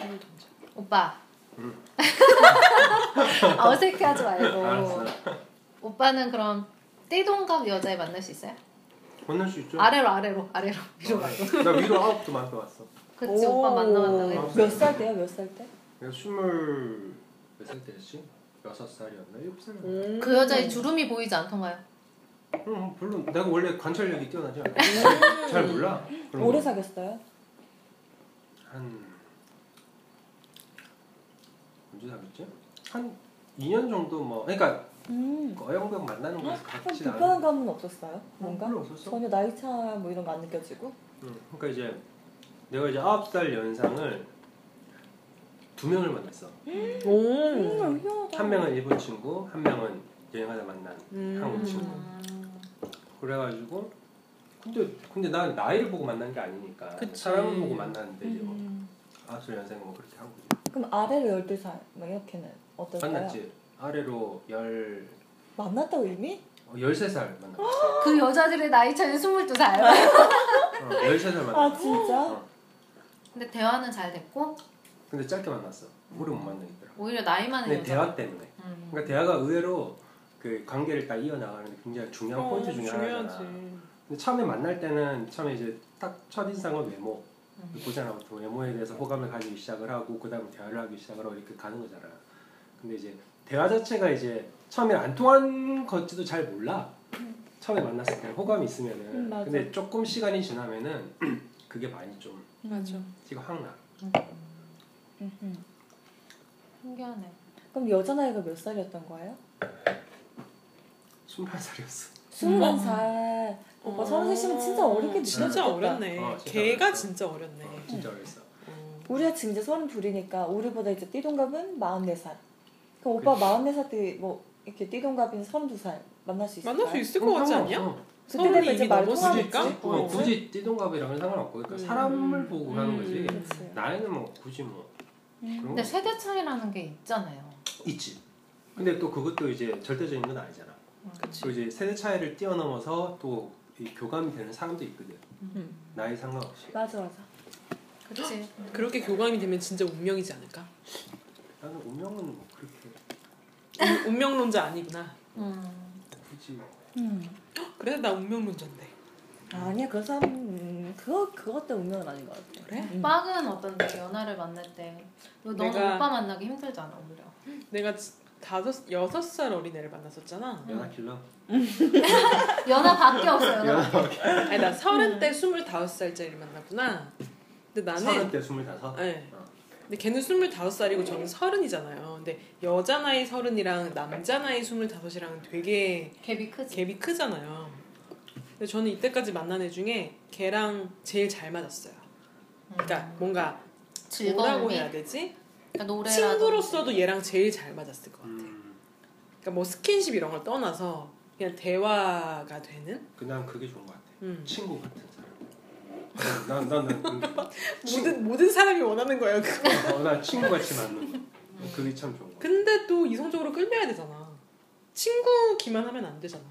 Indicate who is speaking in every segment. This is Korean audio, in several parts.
Speaker 1: 오늘 동작. 오빠. 어색해하지 말고.
Speaker 2: 음. 알았어.
Speaker 1: 오빠는 그럼 띠동갑 여자에 만날 수 있어요?
Speaker 2: 만날 수 있죠? 어, 네.
Speaker 1: 아래로 아래로 아래로 위로 말고.
Speaker 2: 나 위로 아홉도 만나봤어.
Speaker 1: 그치 오빠 만나봤다고
Speaker 2: 했어.
Speaker 3: 몇 살 때야 몇 살 때?
Speaker 2: 내가 스물 몇 살 때였지? 여섯 살이었나? 일곱 살? 응,
Speaker 3: 음.
Speaker 1: 그 여자의 주름이 보이지 않던가요?
Speaker 2: 응, 음, 별로. 내가 원래 관찰력이 뛰어나지 않아. 잘 몰라. 그런
Speaker 3: 음. 오래
Speaker 2: 거.
Speaker 3: 사귀었어요?
Speaker 2: 한 언제 사귀었지? 한 2년 정도 뭐. 그러니까
Speaker 3: 음.
Speaker 2: 어영벽 만나는 거에서
Speaker 3: 그럼
Speaker 2: 같진 않아.
Speaker 3: 불편한 감은 없었어요? 뭔가?
Speaker 2: 별로 없었어.
Speaker 3: 전혀 나이 차 뭐 이런 거 안 느껴지고?
Speaker 2: 응. 그러니까 이제 내가 이제 아홉 살 연상을 두 명을 만났어.
Speaker 3: 음, 희한하다.
Speaker 2: 한 명은 일본 친구, 한 명은 여행하다 만난
Speaker 3: 음.
Speaker 2: 한국 친구. 그래가지고 근데 근데 난 나이를 보고 만난 게 아니니까
Speaker 4: 그치.
Speaker 2: 사람을 보고 만났는데 이제 뭐
Speaker 1: 음.
Speaker 2: 아술 연생 뭐 그렇게 하고
Speaker 3: 그럼 아래로 12살 막 이렇게는 어떨까요?
Speaker 2: 만났지 아래로 열
Speaker 3: 만났다고 이미?
Speaker 2: 어, 13살 만났어
Speaker 1: 그 여자들의 나이 차는 22살.
Speaker 2: 어, 13살
Speaker 3: 아
Speaker 2: 만났어
Speaker 3: 진짜?
Speaker 2: 어.
Speaker 1: 근데 대화는 잘 됐고
Speaker 2: 근데 짧게 만났어 오래 못 만나겠더라
Speaker 1: 오히려 나이 많은
Speaker 2: 근데
Speaker 1: 여자.
Speaker 2: 대화 때문에
Speaker 1: 음.
Speaker 2: 그러니까 대화가 의외로 그 관계를 딱 이어나가는 데 굉장히 중요한 포인트 중에
Speaker 4: 중요하지.
Speaker 2: 하나잖아 근데 처음에 만날 때는 처음에 이제 딱 첫인상은 외모
Speaker 1: 음.
Speaker 2: 보잖아 보통 외모에 대해서 호감을 가지기 시작을 하고 그 다음에 대화를 하기 시작을 하고 이렇게 가는 거잖아 근데 이제 대화 자체가 이제 처음에 안 통한 건지도 잘 몰라 처음에 만났을 때 호감이 있으면은
Speaker 3: 음, 맞아.
Speaker 2: 근데 조금 시간이 지나면은 그게 많이 좀
Speaker 4: 맞아.
Speaker 2: 지금 확나
Speaker 3: 음.
Speaker 1: 신기하네.
Speaker 2: 음.
Speaker 3: 그럼 여자 나이가 몇 살이었던 거예요?
Speaker 2: 21살이었어
Speaker 3: 21살
Speaker 2: 음.
Speaker 3: 오빠
Speaker 4: 어.
Speaker 3: 33이면 진짜 어렵게 느껴졌겠다
Speaker 4: 음. 진짜 어렸네.
Speaker 2: 어, 진짜
Speaker 4: 걔가
Speaker 2: 어렸어.
Speaker 4: 진짜 어렸네.
Speaker 2: 어, 진짜 어렸어
Speaker 4: 어.
Speaker 3: 우리가 지금 이제 32이니까 우리보다 이제 띠동갑은 44살 그럼 오빠 44살 때 뭐 이렇게 띠동갑인 32살 만날 수 있을까요?
Speaker 4: 만날 수 있을 것 같지 않냐?
Speaker 2: 어,
Speaker 3: 그때 되면
Speaker 4: 서른이
Speaker 3: 이제
Speaker 4: 이미
Speaker 3: 말
Speaker 4: 넘었으니까?
Speaker 3: 통하겠지
Speaker 2: 어,
Speaker 4: 어.
Speaker 2: 굳이 띠동갑이랑은 상관없고 그러니까
Speaker 4: 음.
Speaker 2: 사람을 보고 하는 거지
Speaker 4: 음.
Speaker 3: 그치.
Speaker 2: 나이는 뭐 굳이 뭐 그런
Speaker 1: 근데
Speaker 2: 거
Speaker 1: 세대 차이라는 게 있잖아요.
Speaker 2: 있지 근데 또 그것도 이제 절대적인 건 아니잖아
Speaker 1: 음.
Speaker 2: 또 이제 세대 차이를 뛰어넘어서 또 이 교감이 되는 사람도 있거든.
Speaker 4: 음.
Speaker 2: 나이 상관없이.
Speaker 3: 맞아 맞아
Speaker 1: 그치.
Speaker 4: 그렇게 교감이 되면 진짜 운명이지 않을까?
Speaker 2: 나는 운명은 뭐 그렇게
Speaker 4: 운- 운명론자 아니구나.
Speaker 1: 음.
Speaker 2: 굳이
Speaker 3: 음.
Speaker 4: 그래 나 운명론자인데.
Speaker 3: 아니야 그 사람 음, 그거 그것도 운명은 아닌 것 같아
Speaker 4: 그래?
Speaker 3: 음.
Speaker 1: 빵은 어떤데 연하를 만날 때 너는
Speaker 4: 내가-
Speaker 1: 오빠 만나기 힘들잖아 오히려
Speaker 4: 내가 지- 다섯 여섯 살 어린 애를 만났었잖아.
Speaker 2: 연하 킬러.
Speaker 1: 연하밖에 없어 연하
Speaker 2: 연하
Speaker 4: 아니 아, 나 서른 때 스물다섯 살짜리를 만났구나. 근데
Speaker 2: 서른
Speaker 4: 나는
Speaker 2: 때 스물다섯.
Speaker 4: 네.
Speaker 2: 어.
Speaker 4: 근데 걔는 스물다섯 살이고 저는 서른이잖아요. 근데 여자 나이 서른이랑 남자 나이 스물다섯이랑 되게
Speaker 1: 갭이 크지
Speaker 4: 갭이 크잖아요. 근데 저는 이때까지 만난 애 중에 걔랑 제일 잘 맞았어요. 그러니까 뭔가 뭐라고
Speaker 1: 음. 즐거움이
Speaker 4: 해야 되지?
Speaker 1: 그러니까 노래라든지
Speaker 4: 친구로서도 얘랑 제일 잘 맞았을 것 같아.
Speaker 2: 음.
Speaker 4: 그러니까 뭐 스킨십 이런 걸 떠나서 그냥 대화가 되는.
Speaker 2: 그난 그게 좋은 것 같아.
Speaker 4: 음.
Speaker 2: 친구 같은 사람. 난난난
Speaker 4: 모든 모든 사람이 원하는 거예요. 그거.
Speaker 2: 어, 난 친구 같이 만는 거. 그게 참 좋은 거. 같아.
Speaker 4: 근데 또 이성적으로 끌려야 되잖아. 친구기만 하면 안 되잖아.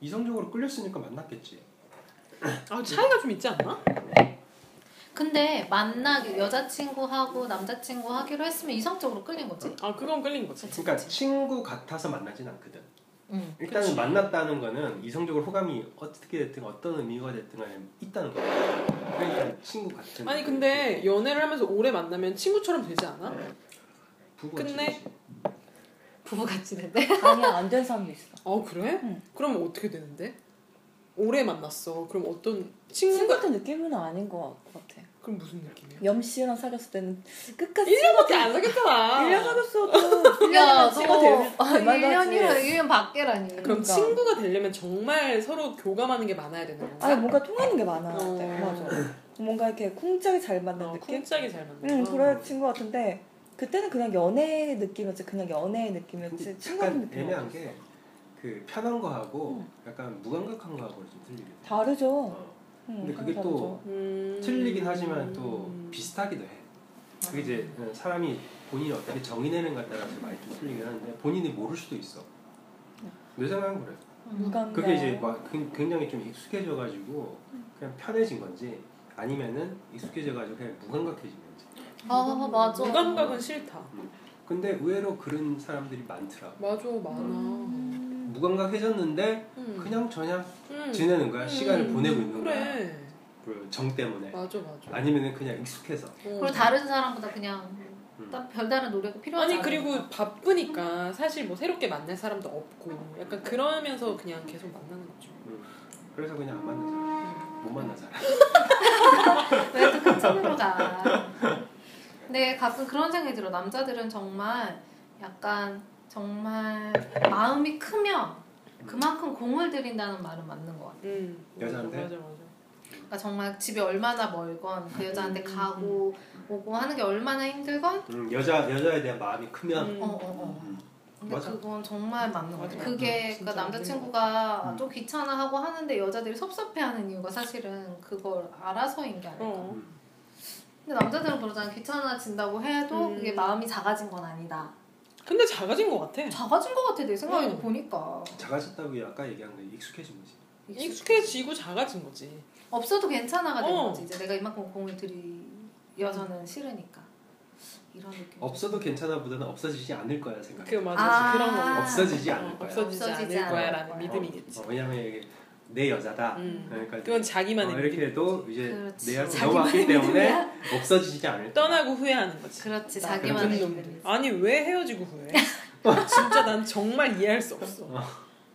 Speaker 2: 이성적으로 끌렸으니까 만났겠지.
Speaker 4: 아 차이가 좀 있지 않나?
Speaker 1: 근데 만나기 여자친구하고 남자친구 하기로 했으면 이성적으로 끌린 거지
Speaker 4: 아 그건 끌린 거지.
Speaker 2: 그러니까 친구 같아서 만나진 않거든.
Speaker 1: 응.
Speaker 2: 일단은
Speaker 4: 그치.
Speaker 2: 만났다는 거는 이성적으로 호감이 어떻게 됐든 어떤 의미가 됐든 간에 있다는 거. 그러니까 친구 같은.
Speaker 4: 아니 근데 연애를 하면서 오래 만나면 친구처럼 되지 않아?
Speaker 2: 그 부부가
Speaker 4: 끝내?
Speaker 2: 친구지.
Speaker 1: 부부같이 된대
Speaker 3: 아니야 안 된 사람도 있어
Speaker 4: 아 그래?
Speaker 3: 응.
Speaker 4: 그럼 어떻게 되는데? 오래 만났어. 그럼 어떤 친구?
Speaker 3: 친구 같은 느낌은 아닌 것 같아
Speaker 4: 그럼 무슨 느낌이야?
Speaker 3: 염씨랑 사귀었을 때는 끝까지
Speaker 4: 1년밖에 안 사귀었잖아.
Speaker 3: 1년 사귀었어도 1년 친구가 되면
Speaker 1: 1년이라 1년 아, 밖에라니
Speaker 4: 그럼
Speaker 3: 그러니까.
Speaker 4: 친구가 되려면 정말 서로 교감하는 게 많아야 되는 건가?
Speaker 3: 아니 뭐- 뭔가 통하는 게 많아 네,
Speaker 4: 어.
Speaker 3: 맞아 뭔가 이렇게 쿵짝이 잘 맞는
Speaker 4: 어,
Speaker 3: 느낌?
Speaker 4: 쿵짝이 잘 맞는
Speaker 3: 아, 그- 응
Speaker 4: 거.
Speaker 3: 그런 친구 같은데 그때는 그냥 연애 느낌이었지 그냥 연애
Speaker 2: 근데
Speaker 3: 느낌이었지 친구 같은
Speaker 2: 약간
Speaker 3: 느낌
Speaker 2: 애매한 게 그 편한 거하고 약간 무감각한 거하고 좀 틀리게. 돼.
Speaker 3: 다르죠
Speaker 2: 어.
Speaker 3: 응,
Speaker 2: 근데
Speaker 3: 그건
Speaker 2: 그게 또
Speaker 3: 다르죠.
Speaker 4: 음.
Speaker 2: 틀리긴 하지만 또 비슷하기도 해. 그게 이제 어, 사람이 본인이 어떻게 정의내는 것에 따라서 많이 좀 틀리긴 하는데 본인이 모를 수도 있어. 내 생각은 그래.
Speaker 1: 음.
Speaker 4: 네.
Speaker 3: 무감각
Speaker 2: 그, 그게 이제 막 굉- 굉장히 좀 익숙해져가지고 그냥 편해진 건지 아니면은 익숙해져가지고 그냥 무감각해지는지.
Speaker 1: 아 맞아.
Speaker 4: 무감각은 싫다.
Speaker 2: 근데 의외로 그런 사람들이 많더라.
Speaker 4: 맞아 많아.
Speaker 2: 무감각해졌는데
Speaker 4: 음.
Speaker 2: 그냥 저냥
Speaker 4: 음.
Speaker 2: 지내는 거야.
Speaker 4: 음.
Speaker 2: 시간을 보내고 있는 거야.
Speaker 4: 그래.
Speaker 2: 그정 때문에.
Speaker 4: 맞아 어. 맞아.
Speaker 2: 아니면은 그냥 익숙해서.
Speaker 1: 그리고 다른 사람보다 그냥
Speaker 2: 음.
Speaker 1: 딱 별다른 노력이 필요하지
Speaker 4: 아니
Speaker 1: 않아요.
Speaker 4: 그리고 바쁘니까 사실 뭐 새롭게 만날 사람도 없고 약간 그러면서 그냥 계속 만나는 거죠.
Speaker 2: 그래서 그냥 안 만나잖아.
Speaker 4: 음.
Speaker 2: 못 만나잖아.
Speaker 1: 왜 또 큰 층으로 가? 근데 가끔 그런 생각이 들어. 남자들은 정말 약간 정말 마음이 크면 그만큼 공을 들인다는 말은 맞는 것 같아.
Speaker 4: 음.
Speaker 2: 여자한테?
Speaker 4: 맞아 맞아.
Speaker 1: 그러니까 정말 집이 얼마나 멀건 그 여자한테
Speaker 4: 음.
Speaker 1: 가고 오고 하는 게 얼마나 힘들건
Speaker 2: 음, 여자 여자에 대한 마음이 크면
Speaker 4: 음.
Speaker 1: 어, 어, 어.
Speaker 2: 음,
Speaker 1: 근데
Speaker 2: 맞아.
Speaker 1: 그건 정말 맞는 것 같아요.
Speaker 4: 맞아.
Speaker 1: 그게
Speaker 4: 진짜
Speaker 1: 그러니까 남자친구가
Speaker 2: 음.
Speaker 1: 좀 귀찮아하고 하는데 여자들이 섭섭해하는 이유가 사실은 그걸 알아서인 게 아닐까.
Speaker 4: 어.
Speaker 2: 음.
Speaker 1: 근데 남자들은 그러잖아. 귀찮아진다고 해도
Speaker 4: 음.
Speaker 1: 그게 마음이 작아진 건 아니다.
Speaker 4: 근데 작아진 것 같아.
Speaker 1: 작아진 것 같아 내 생각에도
Speaker 4: 음.
Speaker 1: 보니까
Speaker 2: 작아졌다고 아까 얘기한 거 익숙해진 거지.
Speaker 4: 익숙해지고 작아진 거지.
Speaker 1: 없어도 괜찮아가 되는
Speaker 4: 어.
Speaker 1: 거지 이제 내가 이만큼 공을 들이여서는 싫으니까 이런 느낌
Speaker 2: 없어도 괜찮아 보다는 없어지지 않을 거야 생각.
Speaker 4: 그 맞아
Speaker 1: 아.
Speaker 4: 그런 거.
Speaker 2: 없어지지 않을 거야.
Speaker 4: 없어지지,
Speaker 1: 없어지지
Speaker 4: 않을
Speaker 1: 않을
Speaker 4: 거야라는
Speaker 1: 거야.
Speaker 4: 믿음이겠지.
Speaker 2: 어, 왜냐면 이게 내 여자다.
Speaker 4: 음.
Speaker 2: 그러니까
Speaker 4: 그건
Speaker 2: 어,
Speaker 4: 자기만의
Speaker 2: 이렇게
Speaker 4: 믿음.
Speaker 2: 해도 이제
Speaker 1: 그렇지.
Speaker 2: 내 앞에
Speaker 1: 자기만의
Speaker 2: 넘어왔기 때문에 없어지지 않을 거야.
Speaker 4: 떠나고 후회하는 거지.
Speaker 1: 그렇지
Speaker 4: 나쁜
Speaker 1: 자기만의
Speaker 4: 놈들.
Speaker 1: 힘든
Speaker 4: 아니 왜 헤어지고 후회해? 진짜 난 정말 이해할 수 없어.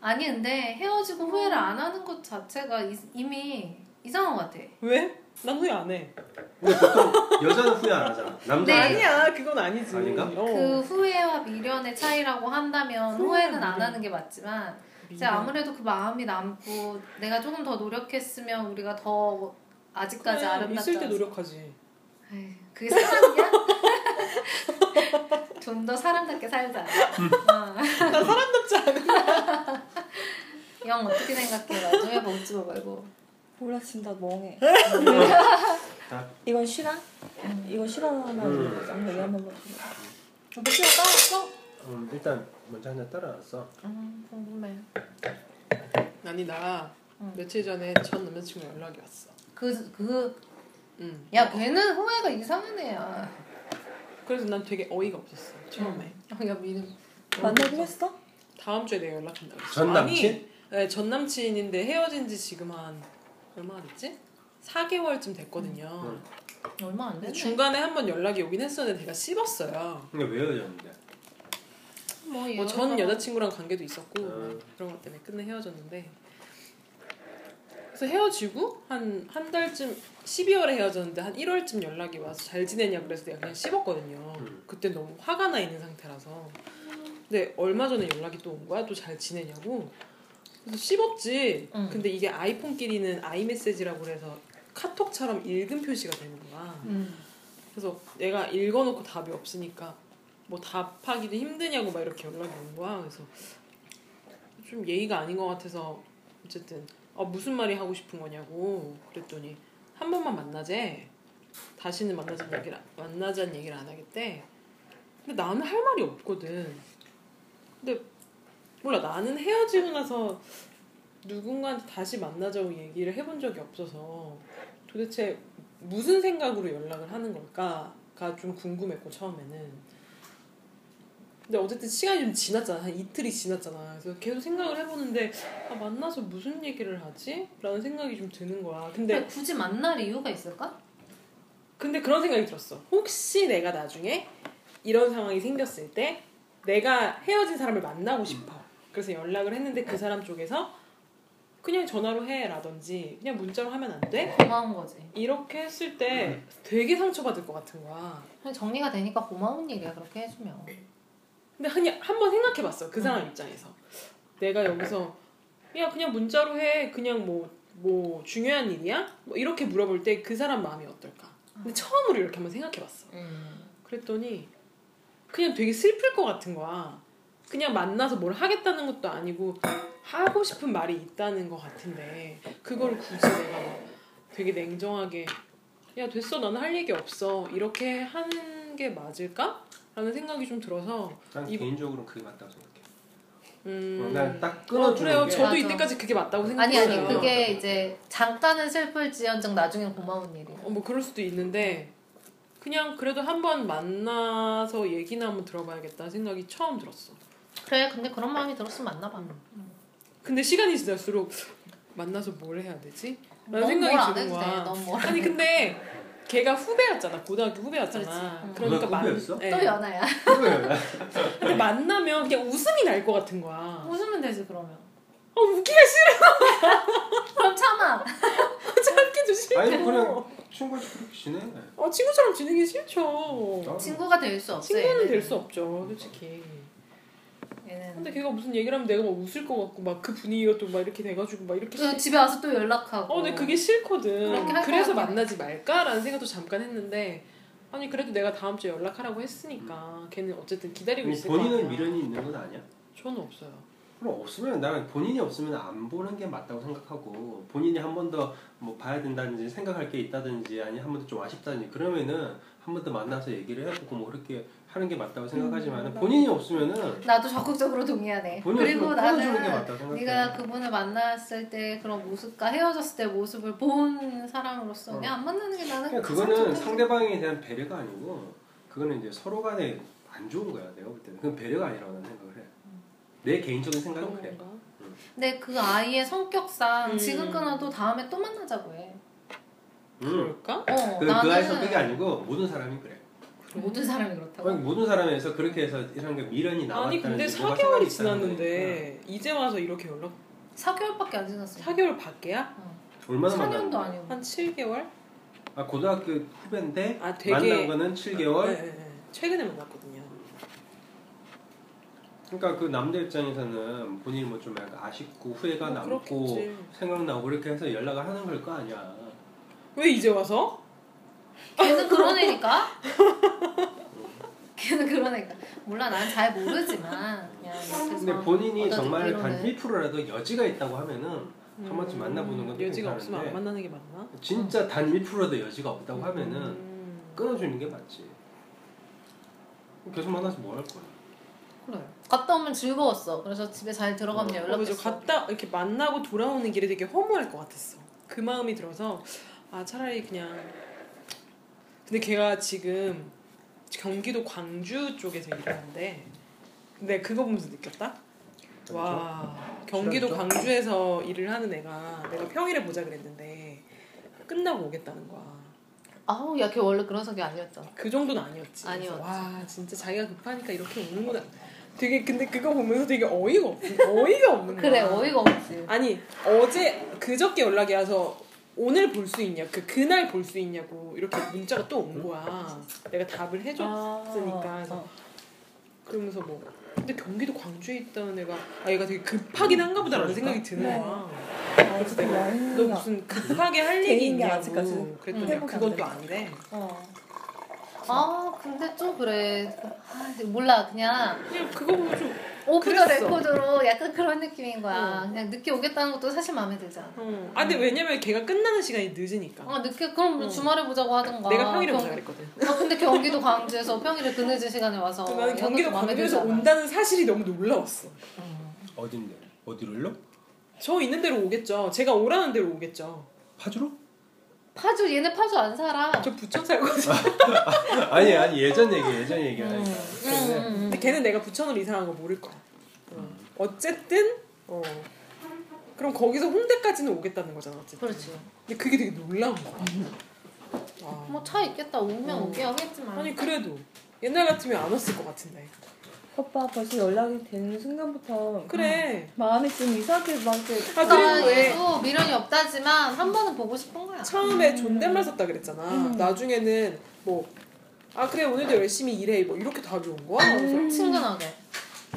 Speaker 1: 아니 근데 헤어지고 후회를 안 하는 것 자체가 이, 이미 이상한 것 같아
Speaker 4: 왜? 난 후회 안 해.
Speaker 2: 근데 보통 여자는 후회 안 하잖아. 남자
Speaker 1: 네.
Speaker 2: 아니야.
Speaker 4: 아니야 그건 아니지.
Speaker 2: 아닌가?
Speaker 4: 어.
Speaker 1: 그 후회와 미련의 차이라고 한다면
Speaker 4: 후회와
Speaker 1: 후회는 안
Speaker 4: 미련.
Speaker 1: 하는 게 맞지만 이제
Speaker 4: 미안.
Speaker 1: 아무래도 그 마음이 남고 내가 조금 더 노력했으면 우리가 더 아직까지
Speaker 4: 그래,
Speaker 1: 아름답지
Speaker 4: 있을 때
Speaker 1: 않
Speaker 4: 노력하지.
Speaker 1: 에휴, 그게 사람이야? 좀 더 사람답게 살자. 어.
Speaker 4: 난 사람답지 않아.
Speaker 1: 영 어떻게 생각해? 나중에 먹지마 뭐 말고.
Speaker 3: 몰라 진짜 멍해.
Speaker 2: 음. 자.
Speaker 3: 이건 실화? 이건 실화만
Speaker 2: 음.
Speaker 3: 하는 거죠. 얘기 한번 어, 해보세요. 뭐
Speaker 1: 오빠 시간 따왔어?
Speaker 2: 음, 일단 먼저 한잔 따라놨어.
Speaker 1: 음, 궁금해.
Speaker 4: 아니 나
Speaker 1: 응.
Speaker 4: 며칠 전에 전 남자친구 연락이 왔어.
Speaker 1: 그, 그,
Speaker 4: 응.
Speaker 1: 야, 걔는 후회가 이상한 애야.
Speaker 4: 그래서 난 되게 어이가 없었어 처음에.
Speaker 1: 어, 야, 믿음.
Speaker 2: 그렇죠.
Speaker 3: 만나기로 했어?
Speaker 4: 다음 주에 내가 연락한다고. 했어.
Speaker 2: 전
Speaker 4: 아니,
Speaker 2: 남친?
Speaker 4: 네, 전 남친인데 헤어진 지 지금 한 얼마 됐지? 4개월쯤 됐거든요.
Speaker 2: 응.
Speaker 1: 얼마 안
Speaker 4: 근데
Speaker 1: 됐네.
Speaker 4: 중간에 한번 연락이 오긴 했었는데 제가 씹었어요.
Speaker 2: 근데 왜 헤어졌는데?
Speaker 1: 뭐, 얘가-
Speaker 4: 뭐 전 여자친구랑 관계도 있었고
Speaker 2: 음.
Speaker 4: 막 그런 것 때문에 끝내 헤어졌는데 그래서 헤어지고 한 한 달쯤 12월에 헤어졌는데 한 1월쯤 연락이 와서 잘 지내냐 그래서 내가 그냥 씹었거든요.
Speaker 2: 음.
Speaker 4: 그때 너무 화가 나 있는 상태라서 근데 얼마 전에 연락이 또 온 거야 또 잘 지내냐고 그래서 씹었지.
Speaker 1: 음.
Speaker 4: 근데 이게 아이폰끼리는 아이메시지라고 그래서 카톡처럼 읽은 표시가 되는 거야.
Speaker 1: 음.
Speaker 4: 그래서 내가 읽어놓고 답이 없으니까 뭐 답하기도 힘드냐고 막 이렇게 연락이 온 거야. 그래서 좀 예의가 아닌 것 같아서 어쨌든 아, 무슨 말이 하고 싶은 거냐고 그랬더니 한 번만 만나재. 다시는 만나자는 얘기를 안- 만나자는 얘기를 안 하겠대. 근데 나는 할 말이 없거든. 근데 몰라 나는 헤어지고 나서 누군가한테 다시 만나자고 얘기를 해본 적이 없어서 도대체 무슨 생각으로 연락을 하는 걸까가 좀 궁금했고 처음에는 근데 어쨌든 시간이 좀 지났잖아 한 이틀이 지났잖아 그래서 계속 생각을 해보는데 아 만나서 무슨 얘기를 하지? 라는 생각이 좀 드는 거야 근데
Speaker 1: 근데 굳이 만날 이유가 있을까?
Speaker 4: 근데 그런 생각이 들었어 혹시 내가 나중에 이런 상황이 생겼을 때 내가 헤어진 사람을 만나고 싶어 그래서 연락을 했는데 그 사람 쪽에서 그냥 전화로 해라든지 그냥 문자로 하면 안 돼?
Speaker 1: 고마운 거지.
Speaker 4: 이렇게 했을 때 되게 상처받을 것 같은 거야.
Speaker 1: 그냥 정리가 되니까 고마운 일이야, 그렇게 해주면.
Speaker 4: 근데 아니 한번 생각해봤어 그 사람 입장에서 내가 여기서 야 그냥 문자로 해 그냥 뭐 뭐 중요한 일이야 뭐 이렇게 물어볼 때 그 사람 마음이 어떨까? 근데 처음으로 이렇게 한번 생각해봤어.
Speaker 1: 음.
Speaker 4: 그랬더니 그냥 되게 슬플 것 같은 거야. 그냥 만나서 뭘 하겠다는 것도 아니고 하고 싶은 말이 있다는 것 같은데 그걸 굳이 내가 막 되게 냉정하게 야 됐어 나는 할 얘기 없어 이렇게 하는 게 맞을까? 라는 생각이 좀 들어서
Speaker 2: 난
Speaker 4: 이-
Speaker 2: 개인적으로는 그게 맞다고 생각해.
Speaker 4: 음.
Speaker 2: 그냥 딱
Speaker 4: 어,
Speaker 2: 끊어주는
Speaker 4: 그래요.
Speaker 2: 게
Speaker 4: 저도
Speaker 1: 맞아.
Speaker 4: 이때까지 그게 맞다고
Speaker 1: 아니
Speaker 4: 생각했어요.
Speaker 1: 아니 그게 이제 잠깐은 슬플지언정 나중엔 고마운 일이에요.
Speaker 4: 어, 뭐 그럴 수도 있는데 그냥 그래도 한번 만나서 얘기나 한번 들어봐야겠다 생각이 처음 들었어.
Speaker 1: 그래 근데 그런 마음이 들었으면 맞나 봐.
Speaker 4: 근데 시간이 지날수록 만나서 뭘 해야 되지? 라는
Speaker 1: 넌
Speaker 4: 생각이
Speaker 1: 뭘 안
Speaker 4: 드는
Speaker 1: 해도 돼.
Speaker 4: 거야.
Speaker 1: 넌 뭘.
Speaker 4: 아니 근데 걔가 후배였잖아. 고등학교 후배였잖아.
Speaker 1: 그렇지. 응.
Speaker 4: 그러니까
Speaker 2: 고등학교 후배였어?
Speaker 1: 또 연애야.
Speaker 4: 근데 만나면 그냥 웃음이 날 것 같은 거야. 아
Speaker 1: 웃으면 되지 그러면.
Speaker 4: 웃기가
Speaker 1: 그럼 참아.
Speaker 4: 참기도 싫어.
Speaker 2: 아니 그냥 친구가 그렇게 지내.
Speaker 4: 어, 친구처럼 지내기 싫죠.
Speaker 1: 친구가 될 수 없어.
Speaker 4: 친구는
Speaker 1: 얘는.
Speaker 4: 될 수 없죠, 솔직히.
Speaker 1: 얘는.
Speaker 4: 근데 걔가 무슨 얘기를 하면 내가 막 웃을 것 같고 막 그 분위기가 또 막 이렇게 돼가지고 막 이렇게
Speaker 1: 그 집에 와서 또 연락하고.
Speaker 4: 어, 근데 그게 싫거든.
Speaker 1: 그렇게 할것
Speaker 4: 그래서
Speaker 1: 같긴 해.
Speaker 4: 만나지 말까라는 생각도 잠깐 했는데 아니 그래도 내가 다음 주에 연락하라고 했으니까 걔는 어쨌든 기다리고
Speaker 2: 아니,
Speaker 4: 있을 거야.
Speaker 2: 본인은 미련이 있는 건 아니야?
Speaker 4: 저는 없어요.
Speaker 2: 그럼 없으면 나는 본인이 없으면 안 보는 게 맞다고 생각하고 본인이 한 번 더 뭐 봐야 된다든지 생각할 게 있다든지 아니 한 번 더 좀 아쉽다든지 그러면은 한 번 더 만나서 얘기를 해보고 뭐 그렇게 하는 게 맞다고 생각하지만 본인이 없으면은
Speaker 1: 나도 적극적으로 음, 동의하네.
Speaker 2: 본인이
Speaker 1: 그리고
Speaker 2: 없으면 끊어주는 게
Speaker 1: 나는
Speaker 2: 맞다고 생각해.
Speaker 1: 네가 그분을 만났을 때 그런 모습과 아, 헤어졌을 때 모습을 본 사람으로서 그냥 안 만나는 게 나는
Speaker 2: 그러니까 그냥
Speaker 1: 가장
Speaker 2: 그거는
Speaker 1: 좋다고
Speaker 2: 상대방에 대한 배려가 아니고 그거는 이제 서로 간에 안 좋은 거야 내가 볼 때는 그건 배려가 아니라고 나는 생각을 해. 내 개인적인
Speaker 1: 음.
Speaker 2: 생각은
Speaker 4: 그런
Speaker 2: 그래.
Speaker 4: 건가?
Speaker 1: 근데 그 아이의 성격상
Speaker 4: 음.
Speaker 1: 지금 끊어도 다음에 또 만나자고 해.
Speaker 2: 음.
Speaker 4: 그럴까?
Speaker 1: 어,
Speaker 2: 그,
Speaker 1: 나는
Speaker 2: 그 아이 성격이 아니고 모든 사람이 그래.
Speaker 1: 모든 사람이 그렇다고.
Speaker 2: 아니, 모든 사람에서 그렇게 해서 이런 게 미련이 나왔다는
Speaker 4: 어. 아니 근데
Speaker 2: 게 뭐가
Speaker 4: 4개월이
Speaker 2: 생각이 있다는 네. 거니까.
Speaker 4: 지났는데 이제 와서 이렇게 연락
Speaker 1: 4개월밖에 안 지났어.
Speaker 4: 4개월 밖에야?
Speaker 1: 어.
Speaker 2: 얼마나 만났는데?
Speaker 1: 4년도 아니고.
Speaker 4: 한 7개월?
Speaker 2: 아 고등학교 후배인데
Speaker 4: 아, 되게-
Speaker 2: 만난 거는 7개월.
Speaker 4: 네, 네, 네. 최근에 만났거든요.
Speaker 2: 그러니까 그 남자 입장에서는 본인이 뭐 좀 약간 아쉽고 후회가
Speaker 4: 뭐
Speaker 2: 남고
Speaker 4: 그렇겠지.
Speaker 2: 생각나고 그렇게 해서 연락을 하는 걸 거 아니야.
Speaker 4: 왜 이제 와서?
Speaker 1: 걔는 그런 애니까? 걔는 그런 애니까. 몰라, 난 잘 모르지만. 그냥 이렇게 해서
Speaker 2: 근데 본인이
Speaker 1: 얻어진
Speaker 2: 정말
Speaker 1: 위로는.
Speaker 2: 단 1%라도 여지가 있다고 하면은 한 번쯤 만나보는 것도
Speaker 4: 음, 여지가
Speaker 2: 괜찮은데.
Speaker 4: 없으면 안 만나는 게 맞나?
Speaker 2: 진짜 단 1%라도 여지가 없다고 하면은
Speaker 4: 음.
Speaker 2: 끊어주는 게 맞지. 계속 만나서 뭘 할 거야?
Speaker 4: 그래.
Speaker 1: 갔다 오면 즐거웠어. 그래서 집에 잘 들어가면
Speaker 2: 어,
Speaker 4: 그래서
Speaker 1: 네, 연락했어.
Speaker 4: 갔다 이렇게 만나고 돌아오는 길이 되게 허무할 것 같았어. 그 마음이 들어서 아 차라리 그냥 근데 걔가 지금 경기도 광주 쪽에서 일하는데 근데 그거 보면서 느꼈다. 와 경기도
Speaker 2: 싫어하죠?
Speaker 4: 광주에서 일을 하는 애가 내가 평일에 보자 그랬는데 끝나고 오겠다는 거야.
Speaker 1: 아우, 야, 걔 원래 그런 성격 아니었잖아.
Speaker 4: 그 정도는 아니었지.
Speaker 1: 아니었지.
Speaker 4: 그래서 와 진짜 자기가 급하니까 이렇게 오는구나. 되게 근데 그거 보면서 되게 어이가 없 어이가 없는 거야.
Speaker 2: 아.
Speaker 1: 그래, 어이가 없지.
Speaker 4: 아니 어제 그저께 연락이 와서 오늘 볼 수 있냐 그 그날 볼 수 있냐고 이렇게 문자가 또 온 거야. 내가 답을
Speaker 2: 그렇죠.
Speaker 4: 해줬.
Speaker 2: 그러니까
Speaker 3: 아,
Speaker 4: 그래서
Speaker 3: 어.
Speaker 4: 그러면서 뭐 근데 경기도 광주에 있다는 애가 아 얘가 되게 급하긴 한가 보다라는 생각이 드는
Speaker 3: 네.
Speaker 4: 거야.
Speaker 2: 그렇죠.
Speaker 3: 아직 많이
Speaker 4: 너 무슨 급하게 할
Speaker 3: 개인이
Speaker 4: 얘기 있냐고 뭐.
Speaker 3: 아직까지 음.
Speaker 4: 그랬더니
Speaker 3: 회복이 안
Speaker 4: 그건 또
Speaker 3: 됐다.
Speaker 4: 아니래.
Speaker 3: 어.
Speaker 1: 아, 근데 좀 그래. 아, 몰라, 그냥.
Speaker 4: 그냥 그거 보면 좀
Speaker 1: 오프 더
Speaker 4: 그랬어.
Speaker 1: 레코드로 약간 그런 느낌인 거야.
Speaker 4: 어.
Speaker 1: 그냥 늦게 오겠다는 것도 사실 마음에 들잖아.
Speaker 4: 어. 아 근데 왜냐면 걔가 끝나는 시간이 늦으니까.
Speaker 1: 아 늦게 그럼
Speaker 4: 어.
Speaker 1: 주말에 보자고 하던가.
Speaker 4: 내가 평일에
Speaker 1: 경-
Speaker 4: 오자 그랬거든.
Speaker 1: 아 근데 경기도 광주에서 평일에 그 늦은 시간에 와서.
Speaker 4: 근데 나는 경기도
Speaker 1: 이것도 마음에
Speaker 4: 광주에서
Speaker 1: 들잖아.
Speaker 4: 온다는 사실이 너무 놀라웠어.
Speaker 2: 어딘데? 어디로요?
Speaker 4: 저 있는 대로 오겠죠. 제가 오라는 대로 오겠죠.
Speaker 2: 파주로?
Speaker 1: 파주 얘네 파주 안 살아.
Speaker 4: 저 부천 살거든요.
Speaker 2: 아니 아니 예전 얘기 예전 얘기 하니까.
Speaker 1: 음, 음,
Speaker 4: 근데
Speaker 1: 음.
Speaker 4: 걔는 내가 부천으로 이사한 거 모를 거야. 어. 어쨌든 어. 그럼 거기서 홍대까지는 오겠다는 거잖아. 어쨌든.
Speaker 1: 그렇지.
Speaker 4: 근데 그게 되게 놀라운 거야. 와.
Speaker 1: 뭐 차 있겠다 오면
Speaker 4: 음.
Speaker 1: 오게 하겠지만.
Speaker 4: 아니 그래도 옛날 같으면 안 왔을 것 같은데.
Speaker 3: 오빠 벌써 연락이 되는 순간부터
Speaker 4: 그래.
Speaker 3: 마음이 좀 이상하게 막 이렇게
Speaker 4: 아
Speaker 1: 그러니까
Speaker 4: 그리고 왜
Speaker 1: 얘도 미련이 없다지만 한 번은 보고 싶은 거야.
Speaker 4: 처음에 존댓말 썼다 그랬잖아.
Speaker 3: 음.
Speaker 4: 나중에는 뭐. 아 그래 오늘도 열심히 일해 뭐 이렇게 답이 온 거야. 그래서
Speaker 3: 음.
Speaker 1: 친근하게.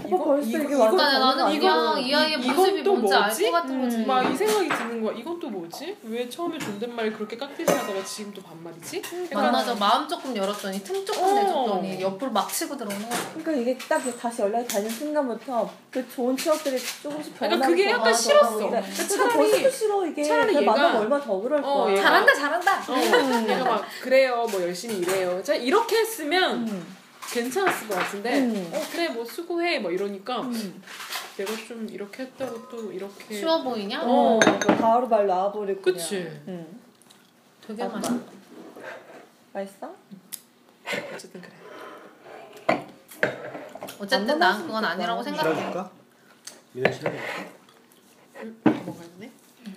Speaker 3: 오빠 아, 벌써 이게
Speaker 4: 이거-
Speaker 3: 완전
Speaker 1: 그러니까 나는
Speaker 3: 아니야.
Speaker 1: 이거 이 아이의
Speaker 4: 이건
Speaker 1: 모습이
Speaker 4: 또
Speaker 1: 뭔지 알
Speaker 4: 뭐지?
Speaker 1: 것 같은 거지.
Speaker 3: 음.
Speaker 4: 막 이 생각이 드는 거야. 이건 또 뭐지? 왜 처음에 존댓말 그렇게 깍듯하다가 지금 또 반말이지? 약간
Speaker 1: 만나자 마음 조금 열었더니 틈 조금
Speaker 4: 어.
Speaker 1: 내줬더니 옆으로 막 치고 들어오는 거야.
Speaker 3: 그러니까 이게 딱 다시 연락이 닿는 순간부터 그 좋은 추억들이 조금씩 변하고
Speaker 4: 그러니까 그게 약간 싫었어. 그러니까
Speaker 3: 그러니까
Speaker 4: 차라리-
Speaker 3: 벌써 싫어 이게
Speaker 4: 차라리
Speaker 3: 차라리
Speaker 4: 얘가-
Speaker 3: 만나면 얼마 더 그럴
Speaker 4: 어,
Speaker 3: 거야
Speaker 4: 얘가-
Speaker 1: 잘한다 잘한다.
Speaker 4: 어, 내가 막 그래요, 뭐 열심히 일해요. 자 이렇게 했으면
Speaker 3: 음.
Speaker 4: 괜찮았을 것 같은데,
Speaker 3: 음.
Speaker 4: 어 그래 뭐 수고해 뭐 이러니까
Speaker 3: 음.
Speaker 4: 내가 좀 이렇게 했다고 또 이렇게
Speaker 1: 쉬워 보이냐?
Speaker 4: 어.
Speaker 3: 어, 그러니까 바로바로 나와버리고 그냥.
Speaker 4: 그치
Speaker 3: 응.
Speaker 1: 되게
Speaker 3: 맞다.
Speaker 1: 맛있어.
Speaker 3: 맛있어?
Speaker 4: 어쨌든 그래
Speaker 1: 어쨌든
Speaker 3: 안
Speaker 1: 난 그건 아니라고
Speaker 3: 먹었으면
Speaker 1: 생각해.
Speaker 2: 실어줄까? 민호 실어줄까?
Speaker 4: 먹었네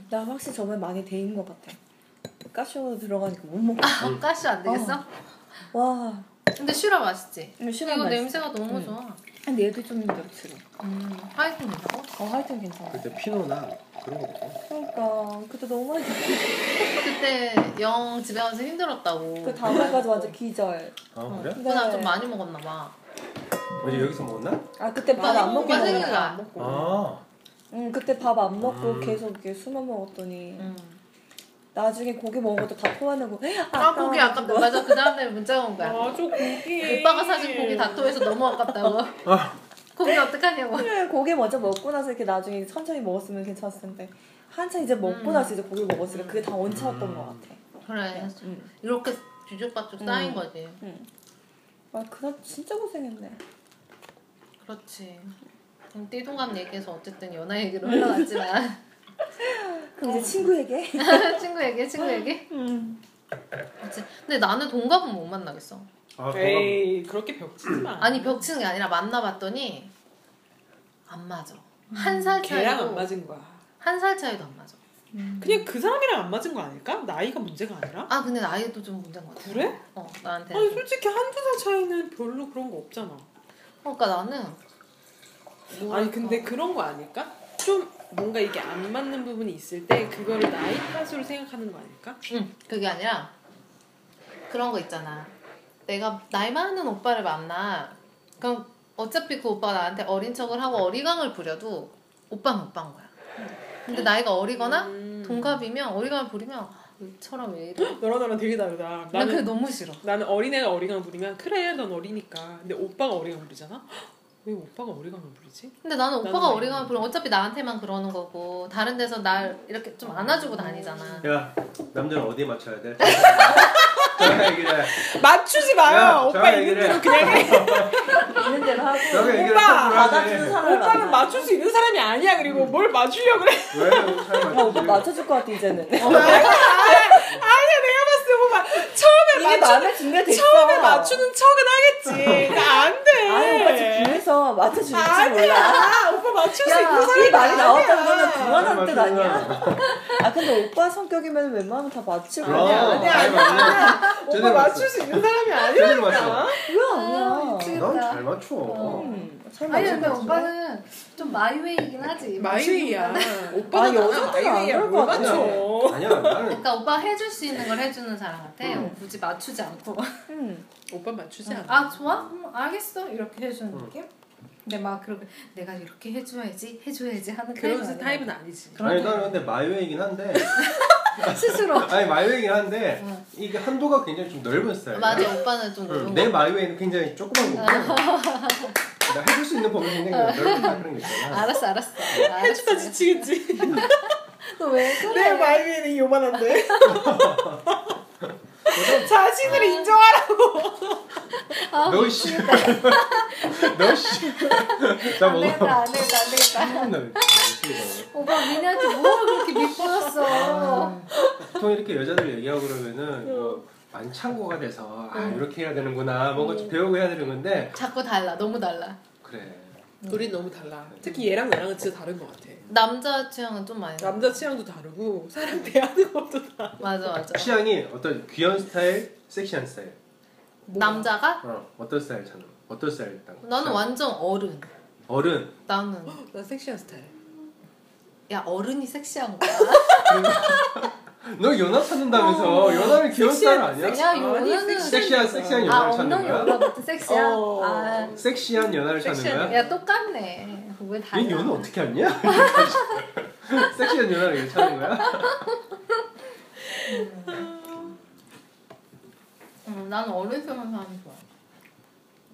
Speaker 3: 나 확실히 저번에 많이 데인 것 같아. 까쇼 들어가니까 못 먹고.
Speaker 1: 어, 가시 안 되겠어?
Speaker 3: 와,
Speaker 1: 근데 슈라 맛있지?
Speaker 3: 이거
Speaker 1: 이거
Speaker 3: 시간 맛있어.
Speaker 1: 냄새가 너무
Speaker 3: 음.
Speaker 1: 좋아.
Speaker 3: 근데 얘도 좀 맵지로.
Speaker 1: 음, 화이팅 된다고?
Speaker 3: 어, 하여튼 괜찮아.
Speaker 2: 그때 피노나 그런 거 먹어.
Speaker 3: 그러니까 그때 너무 맛있어.
Speaker 1: 그때 영 집에 와서 힘들었다고.
Speaker 3: 그 다음날까지 완전 기절.
Speaker 2: 아 그래?
Speaker 1: 누나 좀 많이 먹었나 봐.
Speaker 2: 어제 여기서 먹었나?
Speaker 3: 아 그때 밥 안 먹고
Speaker 1: 많이 먹었어.
Speaker 4: 생각이
Speaker 3: 먹으니까.
Speaker 4: 안 먹고
Speaker 2: 아
Speaker 3: 응 그때 밥 안 먹고
Speaker 2: 음.
Speaker 3: 계속 이렇게 숨어 먹었더니
Speaker 1: 음.
Speaker 3: 나중에 고기 먹은 것도 다 토하내고.
Speaker 1: 아 고기 아깝다. 맞아 그 다음날 문자가 온 거야.
Speaker 4: 아저 고기
Speaker 1: 오빠가 사준 고기 다 토해서 너무 아깝다고. 고기 어떡하냐고.
Speaker 3: 그래, 고기 먼저 먹고 나서 이렇게 나중에 천천히 먹었으면 괜찮았을 텐데 한참 이제 먹고
Speaker 1: 음. 네,
Speaker 3: 나서 이제 고기 먹었으니까 그게 다 원차였던
Speaker 2: 음.
Speaker 3: 것 같아. 음.
Speaker 1: 그래.
Speaker 3: 응.
Speaker 1: 이렇게 뒤죽박죽 쌓인
Speaker 3: 음.
Speaker 1: 거지.
Speaker 3: 응. 아 그날 진짜 고생했네.
Speaker 1: 그렇지. 그럼 띠동갑 얘기해서 어쨌든 연하 얘기로 흘러갔지만
Speaker 3: 그럼 이제 친구에게.
Speaker 1: 친구 얘기 친구 얘기.
Speaker 3: 응.
Speaker 1: 그렇지. 근데 나는 동갑은 못 만나겠어.
Speaker 2: 아, 동갑.
Speaker 4: 에이 그렇게 벽치지 마
Speaker 1: 아니 벽치는 게 아니라 만나봤더니 안 맞아. 한 살
Speaker 4: 음, 걔랑 안
Speaker 1: 차이도
Speaker 4: 맞은 거야
Speaker 1: 한 살 차이도 안 맞아.
Speaker 3: 음.
Speaker 4: 그냥 그 사람이랑 안 맞은 거 아닐까? 나이가 문제가 아니라?
Speaker 1: 아 근데 나이도 좀 문제인 것 같아.
Speaker 4: 그래?
Speaker 1: 어 나한테.
Speaker 4: 아니 솔직히 한두 살 차이는 별로 그런 거 없잖아
Speaker 1: 그러니까 나는.
Speaker 4: 아니 근데 그런 거 아닐까? 좀 뭔가 이게 안 맞는 부분이 있을 때 그거를 나이 탓으로 생각하는 거 아닐까?
Speaker 1: 응 그게 아니라 그런 거 있잖아. 내가 나이 많은 오빠를 만나. 그럼 어차피 그 오빠가 나한테 어린 척을 하고 어리광을 부려도 오빠는 오빠인 거야. 근데 나이가 어리거나
Speaker 4: 음.
Speaker 1: 동갑이면 어리광을 부리면 너처럼 왜 이래?
Speaker 4: 너랑 나랑 되게 다르다
Speaker 1: 난 그게
Speaker 4: 나는,
Speaker 1: 너무 싫어.
Speaker 4: 나는 어린애가 어리광 부리면 그래 넌 어리니까 근데 오빠가 어리광 부리잖아? 헉, 왜 오빠가 어리광을 부리지?
Speaker 1: 근데 나는 오빠가
Speaker 4: 나는
Speaker 1: 어리광을 부르면 어차피 나한테만 그러는 거고 다른 데서 날 이렇게 좀 안아주고 다니잖아.
Speaker 2: 야 남자는 어디에 맞춰야 돼? 저기 얘기해.
Speaker 4: 맞추지 마요
Speaker 2: 야,
Speaker 4: 아, 오빠
Speaker 2: 저랑
Speaker 4: 있는
Speaker 2: 얘기를
Speaker 4: 대로 그냥 해
Speaker 3: 있는 대로
Speaker 2: 저기
Speaker 3: 하고.
Speaker 2: 얘기를
Speaker 4: 오빠,
Speaker 2: 똑바로
Speaker 3: 받아주는
Speaker 2: 하지.
Speaker 3: 사람을
Speaker 4: 오빠는
Speaker 3: 만나.
Speaker 4: 맞출 수 있는 사람이 아니야 그리고
Speaker 2: 음.
Speaker 4: 뭘 맞추려고 그래
Speaker 2: 왜 사람
Speaker 3: 야 어,
Speaker 2: 맞추지?
Speaker 3: 오빠 맞춰줄 것 같아 이제는.
Speaker 4: 아니야 내가 봤을 때 오빠 처음에
Speaker 3: 이게
Speaker 4: 맞추
Speaker 3: 마음에 준비가 됐어.
Speaker 4: 처음에 맞추는 척은 하겠지 나 안돼
Speaker 3: 아니 오빠 지금 뒤에서 맞춰줄지 몰라.
Speaker 4: 아 오빠 맞출 수 있는
Speaker 3: 야, 이
Speaker 4: 사람이
Speaker 3: 말이 나왔다는
Speaker 4: 아니야.
Speaker 3: 거는 그만한 뜻
Speaker 2: 맞추는
Speaker 3: 아니야? 아 근데 오빠 성격이면 웬만하면 다 맞출
Speaker 2: 그럼
Speaker 3: 거야.
Speaker 4: 아니야,
Speaker 2: 잘 맞네.
Speaker 4: 오빠
Speaker 2: 제대로
Speaker 4: 맞출
Speaker 2: 맞춰.
Speaker 4: 수 있는 사람이
Speaker 2: 제대로
Speaker 4: 아니라니까
Speaker 2: 맞춰.
Speaker 3: 뭐야 뭐야.
Speaker 1: 미치겠다.
Speaker 2: 난잘 맞춰.
Speaker 3: 음, 아,
Speaker 1: 아니
Speaker 3: 잘 맞출
Speaker 1: 근데
Speaker 3: 것 같은데?
Speaker 1: 오빠는 좀 마이웨이긴 하지. 뭐
Speaker 4: 마이웨이야
Speaker 3: 아,
Speaker 4: 오빠는
Speaker 3: 여자들은 안 그럴 것 같아.
Speaker 4: 맞춰
Speaker 2: 아니야 나는
Speaker 1: 그러니까 오빠 해줄 수 있는 걸 해주는 사람 같아.
Speaker 2: 음.
Speaker 1: 굳이 맞추지 않고.
Speaker 3: 음.
Speaker 4: 오빠 맞추지 않아
Speaker 1: 아 좋아? 음, 알겠어. 이렇게 해주는
Speaker 2: 음.
Speaker 1: 느낌. 근데 막 그렇게 내가 이렇게 해줘야지, 해줘야지 하는
Speaker 4: 그런
Speaker 1: 아니야.
Speaker 4: 타입은 아니지
Speaker 1: 그런
Speaker 2: 아니
Speaker 1: 타입.
Speaker 2: 나는 근데 마이웨이긴 한데
Speaker 1: 스스로.
Speaker 2: 아니 마이웨이긴 한데
Speaker 1: 응.
Speaker 2: 이게 한도가 굉장히 좀 넓은 스타일이야.
Speaker 1: 맞아 오빠는 좀
Speaker 2: 네. 응,
Speaker 1: 그런
Speaker 2: 내
Speaker 1: 거.
Speaker 2: 마이웨이는 굉장히 조그만 거고 나 해줄 수 있는 범위 굉장히 넓은 그런 게 있잖아.
Speaker 1: 알았어 알았어.
Speaker 2: 네.
Speaker 4: 해주다 지치겠지
Speaker 1: 너왜 그래?
Speaker 4: 내 네, 마이웨이는 요만한데 자신을 인정하라
Speaker 1: 아,
Speaker 2: 너 씨. 너 씨. 자 뭐. 아,
Speaker 1: 안
Speaker 2: 먹어.
Speaker 1: 되겠다 안 되겠다 안 되겠다. 오빠 민혜한테 뭐 그렇게 밑보였어.
Speaker 3: 아,
Speaker 2: 보통 이렇게 여자들 얘기하고 그러면은 뭐 만창고가 돼서 아 이렇게 해야 되는구나 뭔가 좀 배우고 해야 되는 건데
Speaker 1: 자꾸 달라 너무 달라.
Speaker 2: 그래
Speaker 4: 우린 너무 달라 특히 얘랑 나랑은 진짜 다른 것 같아
Speaker 1: 남자 취향은 좀 많이. 나.
Speaker 4: 남자 취향도 다르고 사람 대하는 것도 다르고
Speaker 1: 맞아 맞아.
Speaker 2: 취향이 어떤 귀여운 스타일, 섹시한 스타일,
Speaker 1: 남자가?
Speaker 2: 어 어떤 스타일 저는 어떤 스타일 일단
Speaker 1: 나는 완전 어른.
Speaker 2: 어른
Speaker 1: 나는
Speaker 4: 난 섹시한 스타일
Speaker 1: 야 어른이 섹시한 거야.
Speaker 2: 너 연하 찾는다면서 연하는 귀여운 스타일 아니야?
Speaker 1: 야 연애는
Speaker 4: 아니,
Speaker 2: 섹시한 섹시한
Speaker 1: 아
Speaker 2: 연하를 찾는
Speaker 1: 엉덩이
Speaker 2: 거야?
Speaker 1: 올라붙은 섹시한.
Speaker 4: 어.
Speaker 1: 아,
Speaker 2: 섹시한 연하를 찾는
Speaker 4: 섹시한
Speaker 2: 거야?
Speaker 1: 야 똑같네. 왜 달라?
Speaker 2: 얘 연애 어떻게 알냐? 섹시한 연하를 이렇게 찾는 거야?
Speaker 1: 응, 음, 나는 어른스러운 사람이 좋아.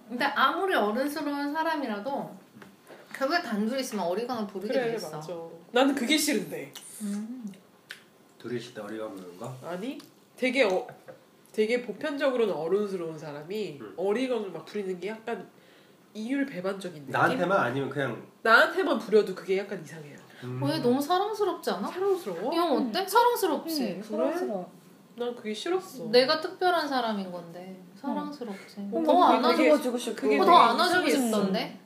Speaker 1: 근데 아무리 어른스러운 사람이라도 결국에 단둘이 있으면 어리광을 부리게 돼
Speaker 4: 그래
Speaker 1: 있어.
Speaker 4: 맞아 나는 그게 싫은데
Speaker 1: 음.
Speaker 2: 둘이 있을 때 어리가 부는 거?
Speaker 4: 아니 되게 어, 되게 보편적으로는 어른스러운 사람이
Speaker 2: 음.
Speaker 4: 어리광을 막 부리는 게 약간 이율 배반적인 느낌?
Speaker 2: 나한테만 아니면 그냥
Speaker 4: 나한테만 부려도 그게 약간 이상해요.
Speaker 2: 음,
Speaker 1: 왜 너무 사랑스럽지 않아?
Speaker 4: 어? 사랑스러워?
Speaker 1: 이형 어때? 사랑스럽지.
Speaker 3: 응, 음, 사랑스러워.
Speaker 1: 어,
Speaker 4: 난 그게 싫었어.
Speaker 1: 내가 특별한 사람인 건데 사랑스럽지.
Speaker 4: 음. 어,
Speaker 1: 더
Speaker 4: 그게
Speaker 1: 안아주고
Speaker 4: 되게-
Speaker 3: 주고 싶고.
Speaker 1: 어,
Speaker 4: 그게
Speaker 1: 더
Speaker 4: 되게
Speaker 1: 안아주고
Speaker 4: 이상했어.
Speaker 1: 싶던데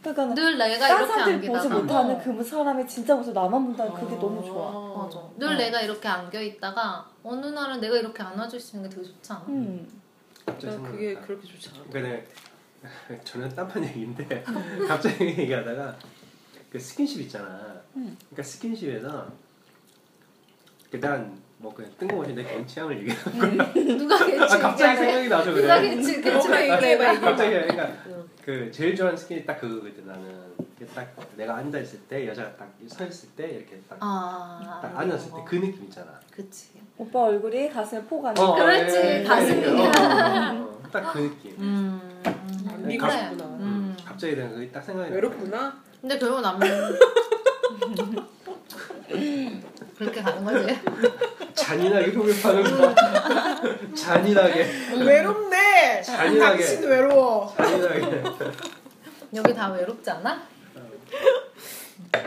Speaker 3: 그러니까
Speaker 1: 늘 내가
Speaker 3: 딴
Speaker 1: 이렇게
Speaker 3: 사람들이
Speaker 1: 안기다가
Speaker 3: 보지
Speaker 1: 어,
Speaker 3: 못하는 그 사람이 진짜 모습 나만 본다 그게
Speaker 4: 아.
Speaker 3: 너무 좋아.
Speaker 1: 맞아 어. 늘 내가 이렇게 안겨 있다가 어느 날은 내가 이렇게 안아줄 수 있는 게 되게 좋지 않아?
Speaker 3: 음.
Speaker 2: 갑자기
Speaker 4: 난 그게
Speaker 2: 생각났다.
Speaker 4: 그렇게 좋지 않아.
Speaker 2: 그래 전혀 딴판 얘기인데 갑자기 얘기하다가 그 스킨십 있잖아.
Speaker 3: 음.
Speaker 2: 그러니까 스킨십에서 일단 뭐 그냥 뜬금없이 내 개인 취향을 얘기해.
Speaker 1: 누가
Speaker 2: 아
Speaker 1: 개치
Speaker 2: 갑자기 생각이 나죠 그래.
Speaker 1: 누가 개치 개치
Speaker 4: 어, 얘기해봐, 얘기해봐.
Speaker 2: 갑자기
Speaker 1: 음.
Speaker 2: 그러니까 그 제일 좋아하는 스킨이 딱 그거거든 나는. 이게 딱 내가 앉아 있을 때 여자가 딱 서 있을 때 이렇게 딱,
Speaker 1: 아
Speaker 2: 딱 앉았을 때 그 느낌 있잖아.
Speaker 1: 그치
Speaker 3: 오빠 얼굴이 가슴에 포가 있는.
Speaker 2: 어,
Speaker 1: 그렇지,
Speaker 2: 예, 예, 예.
Speaker 1: 가슴이.
Speaker 2: 어, 어, 딱그 느낌.
Speaker 1: 네. 음
Speaker 3: 네,
Speaker 4: 미고
Speaker 2: 가-
Speaker 4: 싶구나
Speaker 1: 음.
Speaker 2: 갑자기 그냥 그게 딱 생각이 나.
Speaker 4: 외롭구나.
Speaker 1: 근데 결국 남편 그렇게 가는 거지
Speaker 2: 잔인하게 흡입하는 거.
Speaker 1: 음.
Speaker 2: 잔인하게.
Speaker 4: 어, 외롭네.
Speaker 2: 잔인하게.
Speaker 4: 외로워.
Speaker 2: 잔인하게.
Speaker 1: 음. 여기 다 외롭지 않아?
Speaker 2: 야,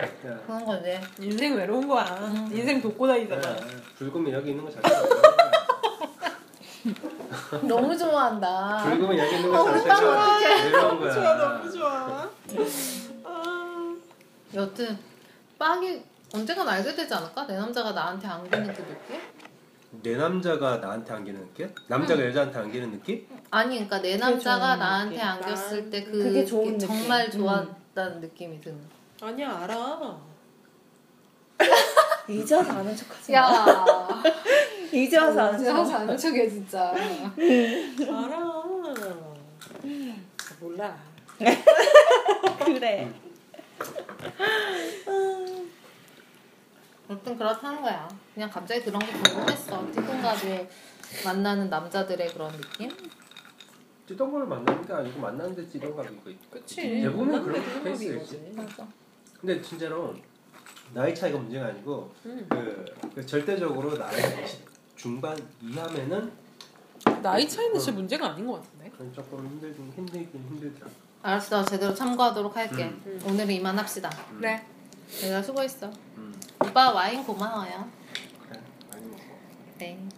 Speaker 1: 그런 거지
Speaker 4: 인생 외로운 거야. 인생 돕고 다니잖아.
Speaker 2: 야, 붉으면 어. 여기 있는 거 잘. 붉으면
Speaker 1: 너무 좋아한다
Speaker 2: 여기 있는 거 잘. 이런 거야.
Speaker 4: 좋아.
Speaker 2: 네.
Speaker 4: 아.
Speaker 1: 여튼 빵이 언젠간 알게 되지 않을까? 내 남자가 나한테 안기는 그 느낌?
Speaker 2: 내 남자가 나한테 안기는 느낌? 남자가 여자한테 안기는 느낌?
Speaker 1: 아니 그러니까 내 남자가 나한테 안겼을 때 그,
Speaker 3: 그게 좋은
Speaker 1: 게
Speaker 3: 느낌. 음.
Speaker 1: 정말 좋았다는 느낌이 드는
Speaker 4: 아니야 알아.
Speaker 3: 이제 와서 아는 척하지 마.
Speaker 1: 야 어.
Speaker 3: 이제 와서 아는
Speaker 1: 진짜
Speaker 3: 척.
Speaker 1: 사는 척이야 진짜
Speaker 4: 알아. 아, 몰라.
Speaker 1: 어,
Speaker 3: 그래.
Speaker 1: 아무튼 그렇다는 거야 그냥 갑자기 그런 게 궁금했어 띠동갑이 만나는 남자들의 그런 느낌?
Speaker 2: 찌동갑을 만나는 게 아니고 만나는데 찌동갑이고
Speaker 4: 그치.
Speaker 2: 대부분은
Speaker 4: 만나는
Speaker 2: 그런
Speaker 4: 게
Speaker 2: 케이스가
Speaker 4: 행복이거든.
Speaker 1: 맞아
Speaker 2: 근데 진짜로 나이 차이가 문제가 아니고
Speaker 4: 음.
Speaker 2: 그, 그 절대적으로 나이 중반 이하면은
Speaker 4: 나이 차이는 진짜 문제가 아닌 것 같은데.
Speaker 2: 그건 조금 힘들긴 힘들긴 힘들더라.
Speaker 1: 알았어 제대로 참고하도록 할게
Speaker 2: 음.
Speaker 4: 음.
Speaker 1: 오늘은 이만합시다
Speaker 4: 그래.
Speaker 1: 내가 수고했어
Speaker 2: 음.
Speaker 1: 오빠 와인 고마워요
Speaker 2: 그래 많이 먹어.
Speaker 1: 땡